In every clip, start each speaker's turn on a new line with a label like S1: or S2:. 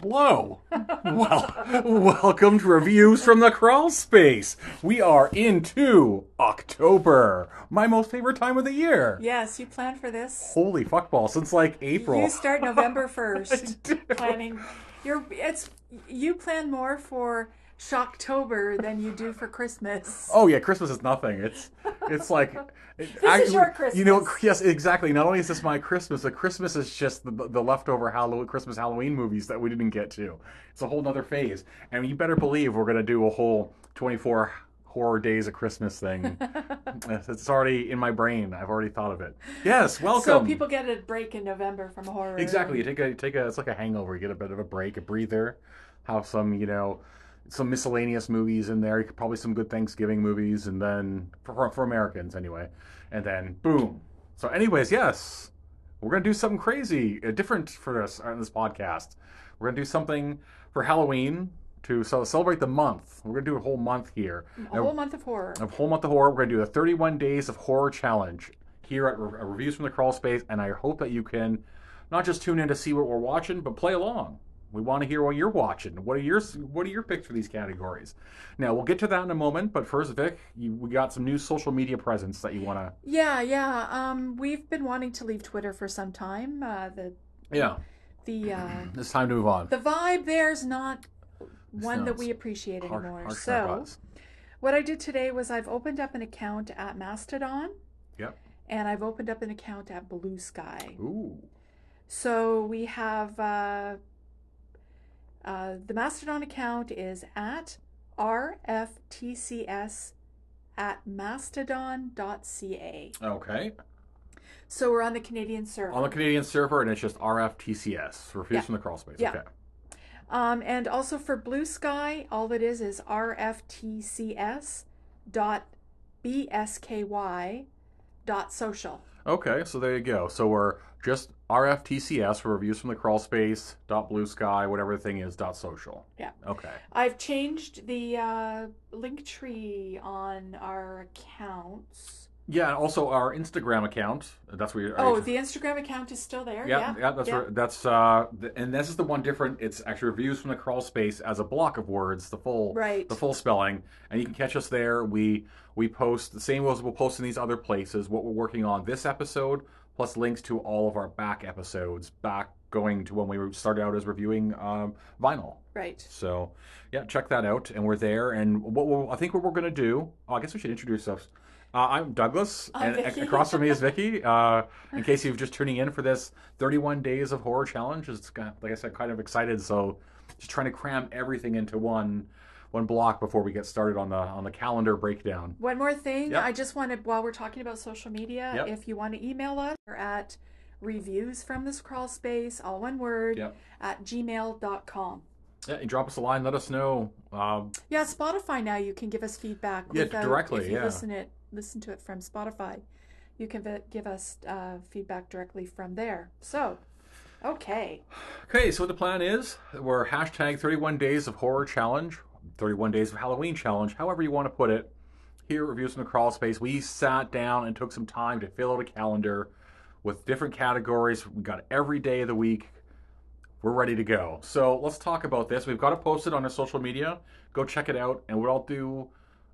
S1: Hello. well, welcome to reviews from the crawl space. We are into October, my most favorite time of the year.
S2: Yes, you planned for this.
S1: Holy fuckball! Since like April.
S2: You start November 1st
S1: do.
S2: planning. You're it's you plan more for Shocktober than you do for Christmas.
S1: Oh yeah, Christmas is nothing. It's it's like this
S2: is your
S1: You know, yes,
S2: Christmas.
S1: exactly. Not only is this my Christmas, but Christmas is just the, the leftover Halloween, Christmas Halloween movies that we didn't get to. It's a whole nother phase, and you better believe we're gonna do a whole twenty four horror days of Christmas thing. it's already in my brain. I've already thought of it. Yes, welcome.
S2: So people get a break in November from horror.
S1: Exactly. You take a take a it's like a hangover. You get a bit of a break, a breather. Have some, you know, some miscellaneous movies in there. Probably some good Thanksgiving movies, and then for, for Americans anyway. And then boom. So, anyways, yes, we're gonna do something crazy, uh, different for us on this podcast. We're gonna do something for Halloween to so celebrate the month. We're gonna do a whole month here.
S2: A whole month of horror.
S1: A whole month of horror. We're gonna do the 31 days of horror challenge here at Re- Reviews from the Crawl Space, and I hope that you can not just tune in to see what we're watching, but play along. We want to hear what you're watching. What are your What are your picks for these categories? Now we'll get to that in a moment, but first, Vic, you, we got some new social media presence that you want to.
S2: Yeah, yeah. Um, we've been wanting to leave Twitter for some time. Uh, the
S1: Yeah,
S2: the uh,
S1: it's time to move on.
S2: the vibe there's not one
S1: not-
S2: that we appreciate
S1: Harsh-
S2: anymore.
S1: harsh
S2: so.
S1: narcotics.
S2: What I did today was I've opened up an account at Mastodon.
S1: Yep.
S2: And I've opened up an account at Blue Sky.
S1: Ooh,
S2: So we have uh, uh, the Mastodon account is at rftcs at mastodon.ca.
S1: okay.
S2: So we're on the Canadian server.
S1: On the Canadian server, and it's just RFTCS, Reviews
S2: Yeah.
S1: from the Crawl Space.
S2: Yeah.
S1: Okay.
S2: Um, and also for Blue Sky, all it is is rftcs dot bsky dot social.
S1: Okay, so there you go. So we're just RFTCS for reviews from the crawl space, dot blue sky, whatever the thing is, dot social.
S2: Yeah.
S1: Okay.
S2: I've changed the uh, link tree on our accounts.
S1: Yeah, and also our Instagram account. That's where you're.
S2: Oh, the Instagram account is still there.
S1: yeah, yeah, that's
S2: yeah.
S1: where- that's uh, th- and this is the one different. It's actually reviews from the crawl space as a block of words, the full
S2: Right.
S1: the full spelling, and you can catch us there. We we post the same as we'll post in these other places. What we're working on this episode, plus links to all of our back episodes, back going to when we started out as reviewing um, vinyl.
S2: Right.
S1: So, yeah, check that out, and we're there. And what we'll, I think what we're gonna do, oh, I guess we should introduce us. Uh, I'm Douglas,
S2: I'm
S1: and
S2: Vicky.
S1: ac- across from me is Vicky. Uh, in case you're just tuning in for this 31 days of horror challenge, it's kind of- like I said, kind of excited. So, just trying to cram everything into one one block before we get started on the on the calendar breakdown.
S2: One more thing.
S1: Yep.
S2: I just wanted, while we're talking about social media,
S1: Yep.
S2: if you want to email us, we're at reviews from this crawl space, all one word,
S1: Yep.
S2: at gmail.com.
S1: Yeah, and drop us a line. Let us know. Um,
S2: Yeah, Spotify now you can give us feedback
S1: Yeah,
S2: without-
S1: directly,
S2: If you
S1: yeah.
S2: listen it, listen to it from Spotify, you can vi- give us uh, feedback directly from there. So, okay,
S1: Okay, so the plan is we're hashtag 31 days of horror challenge, 31 days of Halloween challenge, however you want to put it. Here at Reviews from the Crawl Space, we sat down and took some time to fill out a calendar with different categories. We got every day of the week. We're ready to go. So let's talk about this. We've got it posted on our social media. Go check it out. And what I'll do,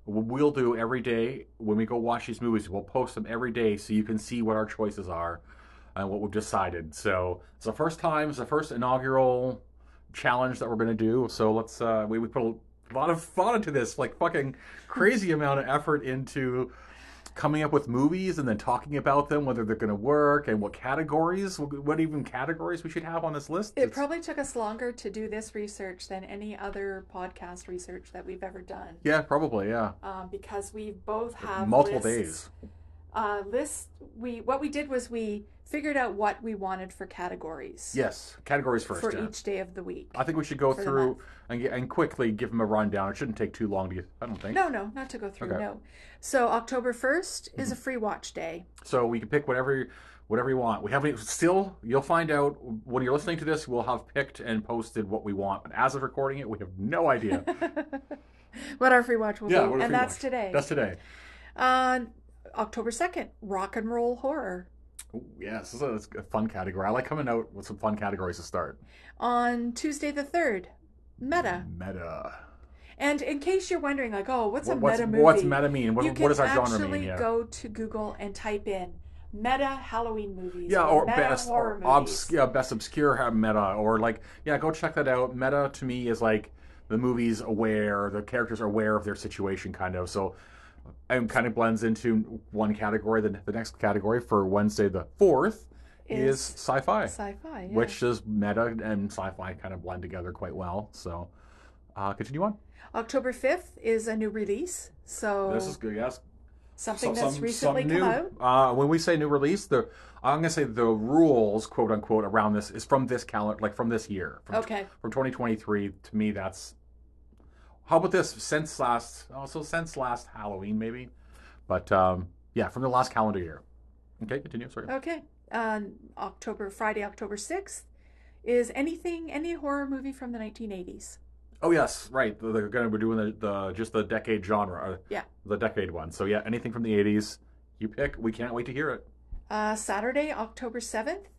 S1: what we'll do every day when we go watch these movies, we'll post them every day so you can see what our choices are and what we've decided. So it's the first time, it's the first inaugural challenge that we're going to do. So let's uh, we, we put a lot of thought into this, like fucking crazy amount of effort into coming up with movies and then talking about them, whether they're going to work and what categories, what even categories we should have on this list.
S2: it
S1: It's-
S2: probably took us longer to do this research than any other podcast research that we've ever done,
S1: yeah, probably, yeah.
S2: um, because we both have
S1: Multiple
S2: lists.
S1: days.
S2: Uh, list we what we did was we figured out what we wanted for categories
S1: Yes, categories first.
S2: for
S1: yeah.
S2: each day of the week.
S1: I think we should go
S2: for the
S1: through
S2: month.
S1: and, get- and quickly give them a rundown. It shouldn't take too long to get, I don't think.
S2: No, no, not to go through.
S1: Okay. Mm-hmm.
S2: No. So October first is a free watch day.
S1: So we can pick whatever whatever you want. We haven't still. You'll find out when you're listening to this. We'll have picked and posted what we want. But as of recording it, we have no idea.
S2: what our free watch will
S1: Yeah,
S2: be.
S1: what if
S2: and
S1: we
S2: that's
S1: watch?
S2: today.
S1: That's today.
S2: On October 2nd, Rock and Roll Horror.
S1: Ooh, yes, this is a fun category. I like coming out with some fun categories to start.
S2: on Tuesday the 3rd. Meta.
S1: Meta.
S2: And in case you're wondering, like, oh, what's a
S1: What- what's,
S2: meta movie?
S1: what's meta mean? What,
S2: you
S1: what
S2: can
S1: does our
S2: actually
S1: genre mean? Yeah.
S2: go to Google and type in meta Halloween movies.
S1: yeah, or
S2: meta
S1: best or
S2: horror movies.
S1: obs- yeah, best obscure ha- meta, or like yeah, go check that out. Meta to me is like the movie's aware, the characters are aware of their situation, kind of. So, and kind of blends into one category. The, the next category for Wednesday the fourth is,
S2: Is
S1: sci-fi.
S2: Sci-fi. yeah.
S1: which is meta and sci-fi kind of blend together quite well. So, uh, continue on.
S2: October 5th is a new release, so
S1: This is good. Yes,
S2: something
S1: So-
S2: that's
S1: some-
S2: recently
S1: some
S2: come out.
S1: new, Uh, when we say new release, the I'm gonna say the rules, quote unquote, around this is from this calendar, like from this year, from,
S2: Okay.
S1: from 2023. To me, that's how about this since last, also since last Halloween, maybe, but um, yeah, from the last calendar year. Okay, continue. Sorry.
S2: Okay. On October Friday, October 6th is anything any horror movie from the 1980s.
S1: Oh yes, right. They're- They're gonna be doing the, the just the decade genre. Or
S2: Yeah.
S1: The decade one. So yeah, anything from the '80s, you pick. We can't wait to hear it.
S2: Uh, Saturday, October 7th,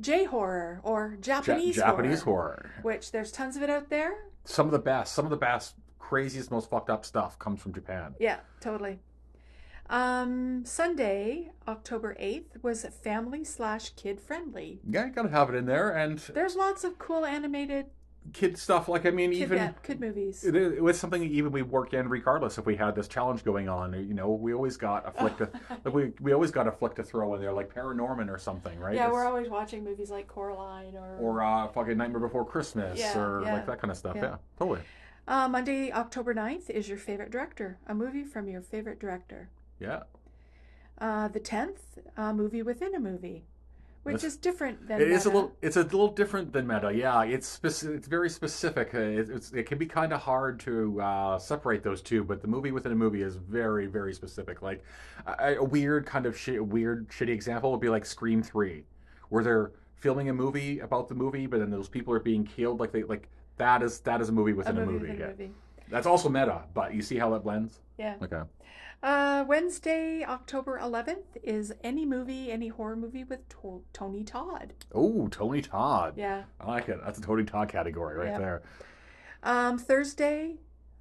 S2: J horror or
S1: Ja-
S2: Japanese
S1: Japanese
S2: horror,
S1: horror.
S2: which there's tons of it out there.
S1: Some of the best, some of the best, craziest, most fucked up stuff comes from Japan.
S2: Yeah, totally. Um, Sunday, October 8th was family slash kid friendly.
S1: Yeah, you gotta have it in there. And
S2: There's lots of cool animated
S1: kid stuff, like I mean,
S2: kid,
S1: even
S2: yeah, kid movies.
S1: it, it was something even we work in regardless if we had this challenge going on. You know, we always got a flick to like we we always got a flick to throw in there, like Paranorman or something, right?
S2: Yeah,
S1: It's-
S2: we're always watching movies like Coraline or,
S1: or uh, fucking Nightmare Before Christmas
S2: Yeah,
S1: or
S2: yeah.
S1: like that kind of stuff.
S2: Yeah.
S1: Yeah, totally.
S2: Uh, Monday, October 9th is your favorite director, a movie from your favorite director.
S1: Yeah,
S2: Uh, the 10th, a movie within a movie, which
S1: That's-
S2: is different than
S1: it is a
S2: Meta.
S1: little. It's a little different than meta. Yeah, it's specific, It's very specific. Uh, It, it's, it can be kind of hard to uh, separate those two. But the movie within a movie is very, very specific. Like a, a weird kind of shi weird shitty example would be like Scream Three, where they're filming a movie about the movie, but then those people are being killed. Like they like that is that is a movie
S2: a
S1: within
S2: movie
S1: a movie.
S2: within
S1: yeah.
S2: a movie.
S1: That's also meta, but you see how that blends.
S2: Yeah.
S1: Okay.
S2: Uh, Wednesday, October 11th is any movie, any horror movie with to- Tony Todd.
S1: Oh, Tony Todd.
S2: Yeah.
S1: I like it. That's a Tony Todd category right
S2: Yeah.
S1: there.
S2: Um, Thursday,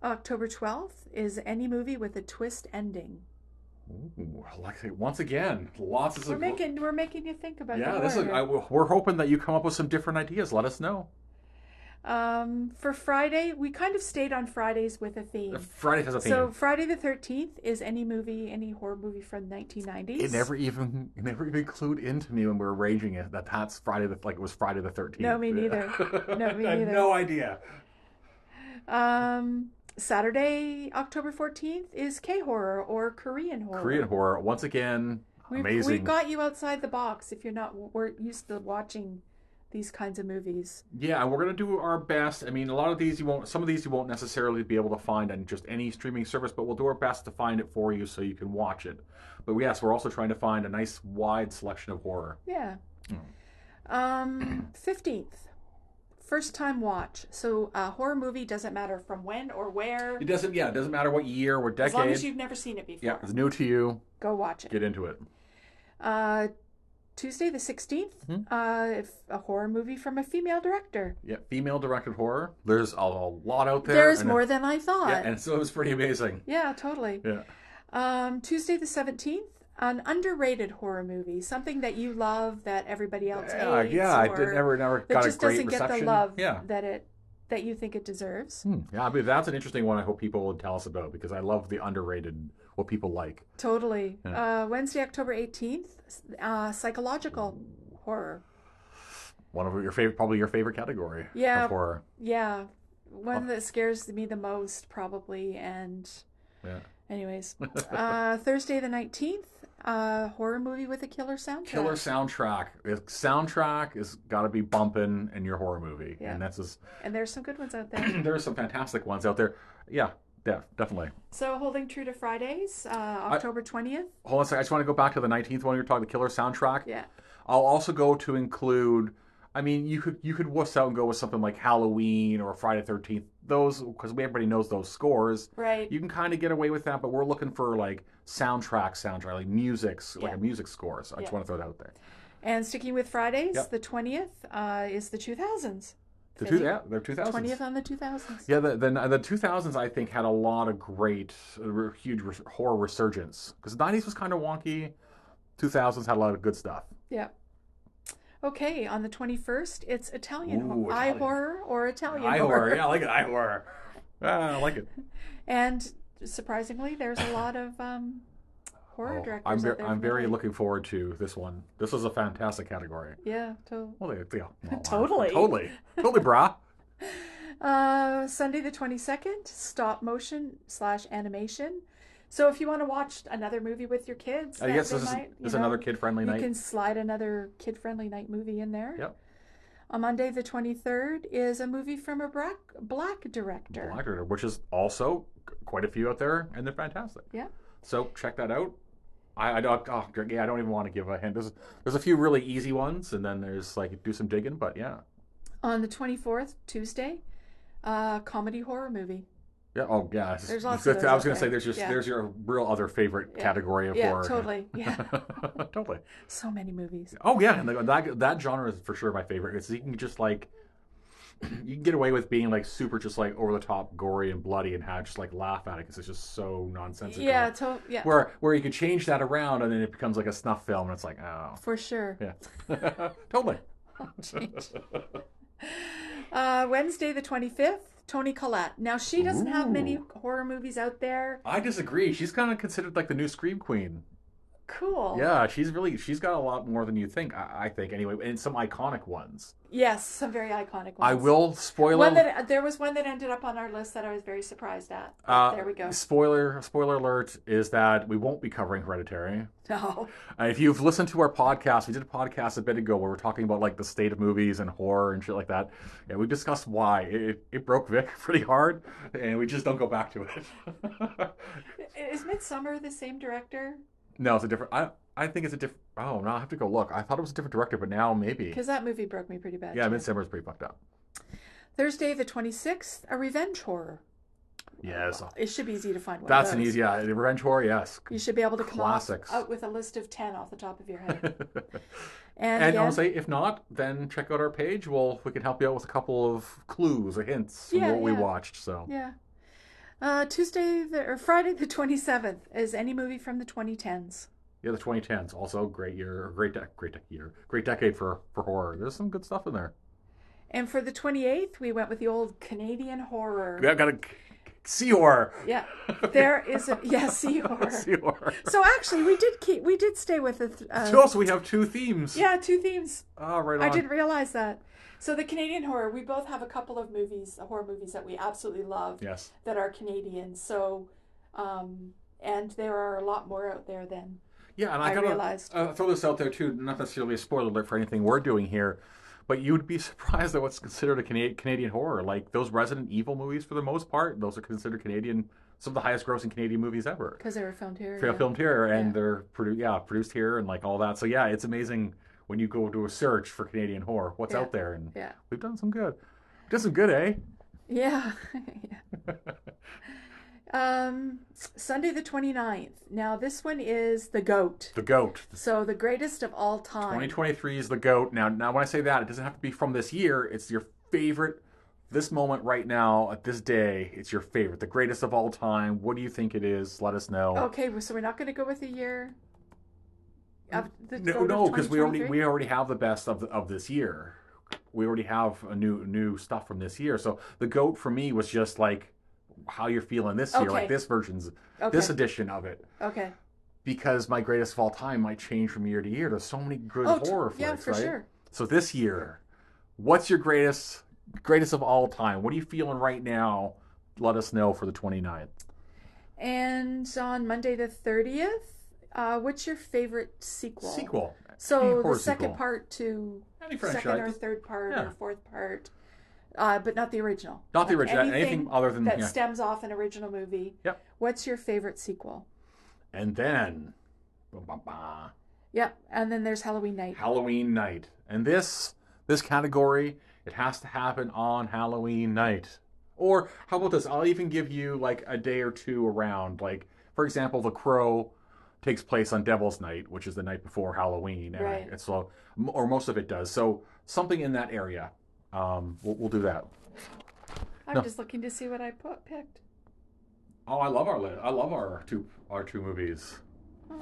S2: October 12th is any movie with a twist ending.
S1: Ooh, Alexei, once again, lots of
S2: We're making we're making you think about
S1: yeah.
S2: the
S1: This is,
S2: horror.
S1: I, we're hoping that you come up with some different ideas. Let us know.
S2: Um, for Friday, we kind of stayed on Fridays with a theme.
S1: Friday has a theme.
S2: So Friday the thirteenth is any movie, any horror movie from nineteen nineties.
S1: it never even it never even clued into me when we were arranging it that that's Friday the like it was Friday the thirteenth.
S2: No, me neither. No, me
S1: I had
S2: neither.
S1: no idea.
S2: Um, Saturday, October fourteenth is K horror or Korean horror.
S1: Korean horror once again.
S2: Oh. We've,
S1: amazing.
S2: We've got you outside the box if you're not we're used to watching these kinds of movies.
S1: Yeah, and we're gonna do our best. I mean, a lot of these you won't, some of these you won't necessarily be able to find on just any streaming service, but we'll do our best to find it for you so you can watch it. But yes, we're also trying to find a nice wide selection of horror.
S2: Yeah.
S1: Oh.
S2: Um, fifteenth, first time watch. So a horror movie doesn't matter from when or where,
S1: It doesn't, yeah, it doesn't matter what year or decade.
S2: as long as you've never seen it before.
S1: yeah, it's new to you.
S2: Go watch it.
S1: Get into it.
S2: Uh, Tuesday the 16th,
S1: Mm-hmm.
S2: uh, if a horror movie from a female director.
S1: Yeah, female directed horror. There's a, a lot out there.
S2: There's
S1: and-
S2: more than I thought.
S1: Yeah,
S2: Yeah,
S1: and so it was pretty amazing.
S2: totally.
S1: Yeah.
S2: Um, Tuesday the 17th, an underrated horror movie, something that you love that everybody else
S1: Yeah,
S2: hates.
S1: Uh, yeah, I
S2: or
S1: did, never, never
S2: that
S1: got
S2: just
S1: a great
S2: doesn't
S1: reception.
S2: get the love
S1: yeah,
S2: that it that you think it deserves.
S1: Hmm. yeah. I mean, that's an interesting one. I hope people will tell us about because I love the underrated what people like.
S2: Totally. Uh, Wednesday, October 18th, uh, psychological horror.
S1: One of your favorite, probably your favorite category.
S2: Yeah.
S1: Of horror.
S2: Yeah, one that scares me the most probably and
S1: Yeah.
S2: Anyways, uh, Thursday the 19th, uh, horror movie with a killer soundtrack.
S1: Killer soundtrack. If soundtrack is got to be bumping in your horror movie,
S2: Yeah.
S1: and that's just
S2: And there's some good ones out there.
S1: there are some fantastic ones out there. Yeah, yeah, definitely.
S2: so, holding true to Fridays, uh, October 20th.
S1: Hold on a second. I just want to go back to the 19th one you were talking the killer soundtrack.
S2: Yeah.
S1: I'll also go to include I mean, you could you could wuss out and go with something like Halloween or Friday Thirteenth. Those because everybody knows those scores.
S2: Right.
S1: You can kind of get away with that, but we're looking for like soundtrack, soundtrack, like music, like a
S2: Yeah.
S1: music score. So I
S2: Yeah.
S1: just want to throw that out there.
S2: and sticking with Fridays,
S1: Yep.
S2: the 20th uh, is the 2000s.
S1: The
S2: Fitting.
S1: two, yeah, the two thousands.
S2: 20th on the 2000s.
S1: Yeah, the, the the 2000s I think had a lot of great, uh, re- huge res- horror resurgence because the 90s was kind of wonky. 2000s had a lot of good stuff.
S2: Yep. Okay, on the 21st, it's Italian,
S1: Ooh,
S2: ho- eye
S1: Italian.
S2: horror or Italian
S1: Eye
S2: horror.
S1: horror, yeah, I like it. Eye horror, Ah, I like it.
S2: And surprisingly, there's a lot of um, horror
S1: Oh,
S2: directors.
S1: I'm
S2: out
S1: ver-
S2: there
S1: I'm
S2: who
S1: very
S2: really-
S1: looking forward to this one. This is a fantastic category.
S2: Yeah, totally.
S1: Well, they, yeah, well,
S2: Totally.
S1: totally, totally, brah.
S2: Uh, Sunday the 22nd, stop motion slash animation. So if you want to watch another movie with your kids,
S1: I
S2: that
S1: guess
S2: they
S1: this is,
S2: might, you
S1: this is
S2: know,
S1: another kid friendly
S2: You
S1: night.
S2: can slide another kid friendly night movie in there.
S1: Yep.
S2: On Monday the 23rd is a movie from a black, black director.
S1: Black Rider, which is also c- quite a few out there, and they're fantastic.
S2: Yeah.
S1: So check that out. I, I don't. Oh, Greg, yeah, I don't even want to give a hint. There's there's a few really easy ones, and then there's like do some digging. But yeah,
S2: On the 24th, Tuesday, uh, comedy horror movie.
S1: yeah. Oh yeah. it's-
S2: There's lots
S1: I
S2: of
S1: was
S2: those out
S1: gonna say
S2: there.
S1: there's just
S2: Yeah.
S1: there's your real other favorite
S2: Yeah.
S1: category of
S2: yeah,
S1: horror.
S2: totally. Yeah.
S1: totally.
S2: so many movies.
S1: Oh yeah, and the- that that genre is for sure my favorite. It's you can just like you can get away with being like super just like over the top gory and bloody and have just like laugh at it because it's just so nonsensical.
S2: Yeah, to- yeah.
S1: where where you could change that around and then it becomes like a snuff film and it's like oh
S2: for sure.
S1: yeah totally
S2: Change. Uh, Wednesday the 25th, Tony Collette. Now, she doesn't have many
S1: Ooh.
S2: horror movies out there.
S1: i disagree she's kind of considered like the new scream queen
S2: Cool.
S1: yeah she's really she's got a lot more than you think i, I think anyway and some iconic ones
S2: Yes, some very iconic ones.
S1: i will spoiler
S2: One that uh, there was one that ended up on our list that I was very surprised at. But
S1: uh,
S2: there we go.
S1: spoiler spoiler alert is that we won't be covering hereditary
S2: No.
S1: Uh, if you've listened to our podcast, we did a podcast a bit ago where we're talking about like the state of movies and horror and shit like that. And we discussed why it, it- it broke Vic pretty hard, and we just don't go back to it.
S2: Is Midsummer the same director?
S1: no, it's a different. I I think it's a different. Oh, now I have to go look. I thought it was a different director, but now maybe.
S2: Because that movie broke me pretty bad.
S1: Yeah,
S2: too.
S1: Midsummer is pretty fucked up.
S2: Thursday the 26th, a revenge horror.
S1: Yes,
S2: It should be easy to find one. of
S1: that's an
S2: those.
S1: easy. Yeah, the revenge horror. Yes.
S2: You should be able to come up-
S1: Classics.
S2: out with a list of 10 off the top of your head.
S1: and
S2: And,
S1: I'll
S2: again-
S1: say, if not, then check out our page. We'll we can help you out with a couple of clues or hints from
S2: Yeah,
S1: what we
S2: yeah.
S1: watched. So
S2: Yeah. Uh, Tuesday the, or Friday the 27th is any movie from the 2010s.
S1: Yeah, the 2010s also a great year, a great dec great dec year, great decade for for horror. There's some good stuff in there.
S2: And for the 28th, we went with the old Canadian horror.
S1: We have got a c- sea horror.
S2: Yeah. There is a yeah, sea horror.
S1: sea horror.
S2: So actually, we did keep we did stay with the th- uh,
S1: So also we have two themes.
S2: yeah, two themes.
S1: Ah, right on.
S2: I didn't realize that. So the Canadian horror, we both have a couple of movies, horror movies that we absolutely love
S1: Yes.
S2: that are Canadian. So um and there are a lot more out there then.
S1: Yeah, and I,
S2: I
S1: gotta
S2: realized.
S1: Uh, throw this out there too. Not necessarily a spoiler alert for anything we're doing here, but you would be surprised at what's considered a Cana- Canadian horror. Like those Resident Evil movies, for the most part, those are considered Canadian. Some of the highest grossing Canadian movies ever.
S2: Because they were filmed here.
S1: Trail
S2: yeah.
S1: filmed here, and
S2: Yeah.
S1: they're produ- yeah produced here, and like all that. So yeah, it's amazing when you go do a search for Canadian horror, what's
S2: Yeah.
S1: out there, and
S2: Yeah.
S1: we've done some good. We've done some good, eh?
S2: Yeah. Yeah. um, Sunday the 29th. Now, this one is The Goat.
S1: The goat.
S2: So, the greatest of all time.
S1: 2023 is the goat. Now, now when I say that, it doesn't have to be from this year. It's your favorite. This moment right now, at this day, it's your favorite, the greatest of all time. What do you think it is? Let us know.
S2: Okay, well, so we're not going to go with the year. Of the Goat
S1: No,
S2: of
S1: no, because we already
S2: 2023?
S1: we already have the best of the, of this year. We already have a new new stuff from this year. So the goat for me was just like how you're feeling this year,
S2: Okay.
S1: like this version's
S2: Okay.
S1: this edition of it.
S2: okay.
S1: Because my greatest of all time might change from year to year. There's so many good
S2: Oh, t-
S1: horror
S2: yeah,
S1: flicks,
S2: for
S1: right?
S2: sure.
S1: So this year, what's your greatest greatest of all time? What are you feeling right now? Let us know for the 29th.
S2: And on Monday the 30th, uh, what's your favorite sequel?
S1: Sequel.
S2: So,
S1: horror
S2: the second
S1: sequel.
S2: part to
S1: Any
S2: second or
S1: franchise.
S2: third part
S1: Yeah.
S2: or fourth part, uh, but not the original.
S1: Not the
S2: Like
S1: original. Anything, other than
S2: that
S1: yeah.
S2: stems off an original movie.
S1: Yep.
S2: What's your favorite sequel?
S1: And then. ba-ba-ba.
S2: Yep. And then there's Halloween Night.
S1: Halloween night. And this this category, it has to happen on Halloween night. Or how about this? I'll even give you like a day or two around. Like, for example, The Crow takes place on Devil's Night, which is the night before Halloween. And
S2: Right.
S1: I- it's so, or most of it does. So something in that area. Um, we'll, we'll do that.
S2: I'm
S1: No.
S2: just looking to see what I put picked.
S1: Oh, I love our li- I love our two our two movies.
S2: Oh.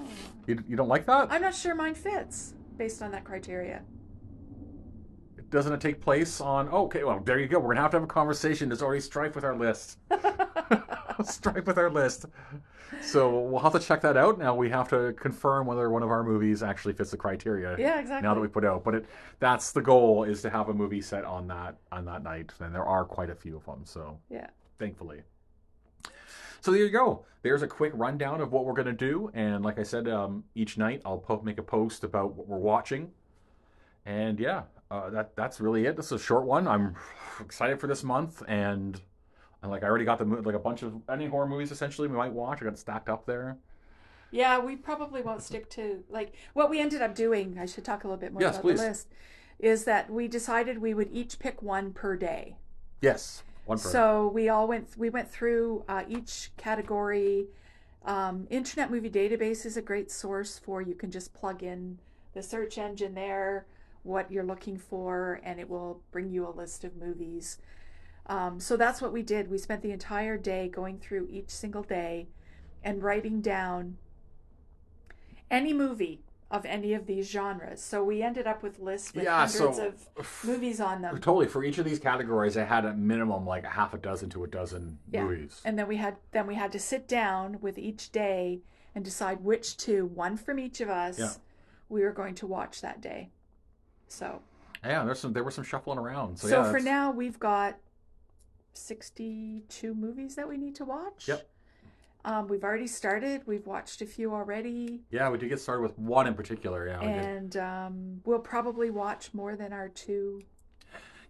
S1: You, you don't like that?
S2: I'm not sure mine fits based on that criteria.
S1: Doesn't it take place on? Oh, okay, well there you go. We're gonna have to have a conversation. There's already strife with our list. strife with our list. So we'll have to check that out. Now we have to confirm whether one of our movies actually fits the criteria.
S2: Yeah, exactly.
S1: Now that we put out, but it that's the goal is to have a movie set on that on that night, and there are quite a few of them. So
S2: Yeah.
S1: thankfully. So there you go. There's a quick rundown of what we're gonna do, and like I said, um, each night I'll po- make a post about what we're watching, and yeah, uh, that that's really it. This is a short one. I'm excited for this month, and, and like I already got the mo- like a bunch of any horror movies essentially we might watch. I got stacked up there.
S2: Yeah, we probably won't stick to like what we ended up doing. I should talk a little bit more
S1: Yes,
S2: about
S1: please.
S2: the list. Is that we decided we would each pick one per day.
S1: Yes, one per.
S2: So we all went we went through uh, each category. Um, Internet Movie Database is a great source for you can just plug in the search engine there, what you're looking for, and it will bring you a list of movies. Um, so that's what we did. We spent the entire day going through each single day and writing down any movie of any of these genres. So we ended up with lists with
S1: Yeah, so-
S2: hundreds of movies on them.
S1: Totally. For each of these categories, I had a minimum like a half a dozen to a dozen
S2: Yeah.
S1: movies.
S2: And then we had then we had to sit down with each day and decide which two, one from each of us,
S1: Yeah.
S2: we were going to watch that day. So
S1: Yeah, there's some. There was some shuffling around. So,
S2: so,
S1: yeah,
S2: for
S1: that's-
S2: now we've got sixty-two movies that we need to watch.
S1: Yep.
S2: Um, we've already started. We've watched a few already,
S1: Yeah, we did get started with one in particular. Yeah, Oh, we did.
S2: and um, we'll probably watch more than our two.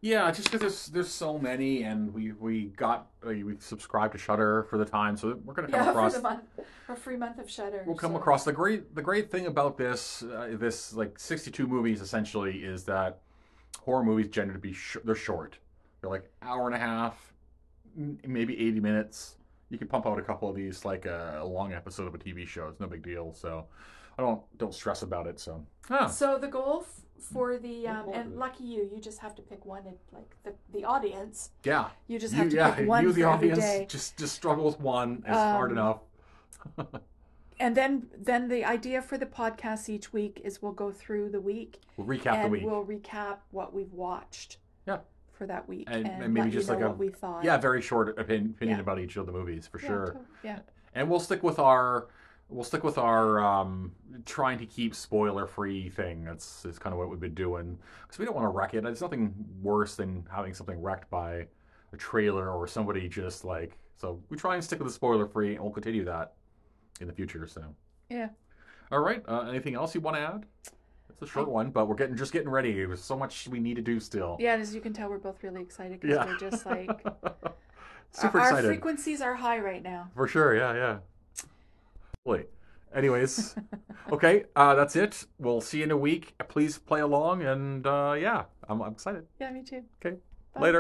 S1: Yeah, just because there's there's so many, and we we got we we subscribed to Shutter for the time, so we're gonna come across.
S2: month, a free month of Shutter.
S1: We'll come
S2: so-
S1: across the great the great thing about this uh, this like 62 movies essentially is that horror movies tend to be sh- they're short. They're like hour and a half, m- maybe 80 minutes. You can pump out a couple of these like uh, a, a long episode of a TV show. It's no big deal. So I don't don't stress about it. So ah,
S2: So the goal f- for the um,
S1: goal
S2: and
S1: is-
S2: lucky you, you just have to pick one. In, like the the audience,
S1: yeah,
S2: you just
S1: you,
S2: have to
S1: yeah,
S2: pick one
S1: you the
S2: for every
S1: audience
S2: day.
S1: just just struggle with one. It's hard
S2: Um,
S1: enough.
S2: And then then the idea for the podcast each week is we'll go through the week
S1: We'll recap
S2: and
S1: the week.
S2: we'll recap what we've watched.
S1: Yeah.
S2: For that week,
S1: And-
S2: and,
S1: and maybe
S2: let you
S1: just like
S2: know
S1: a-
S2: what we thought.
S1: Yeah, very short opin- opinion
S2: Yeah.
S1: about each of the movies for
S2: Yeah,
S1: sure.
S2: to- Yeah.
S1: And we'll stick with our we'll stick with our um, trying to keep spoiler free thing. That's is kind of what we've been doing because we don't want to wreck it. There's nothing worse than having something wrecked by a trailer or somebody just like. So we try and stick with the spoiler free, and we'll continue that in the future. So
S2: Yeah.
S1: all right. Uh, anything else you want to add? It's a short one, but we're getting just getting ready. There's so much we need to do still.
S2: Yeah, and as you can tell, we're both really excited because
S1: Yeah.
S2: we're just like
S1: Super
S2: our, our
S1: excited.
S2: frequencies are high right now.
S1: For sure, yeah, yeah. Wait. Anyways, okay, uh, that's it. We'll see you in a week. Please play along, and uh, yeah, I'm, I'm excited.
S2: Yeah, me too.
S1: Okay,
S2: Bye.
S1: later.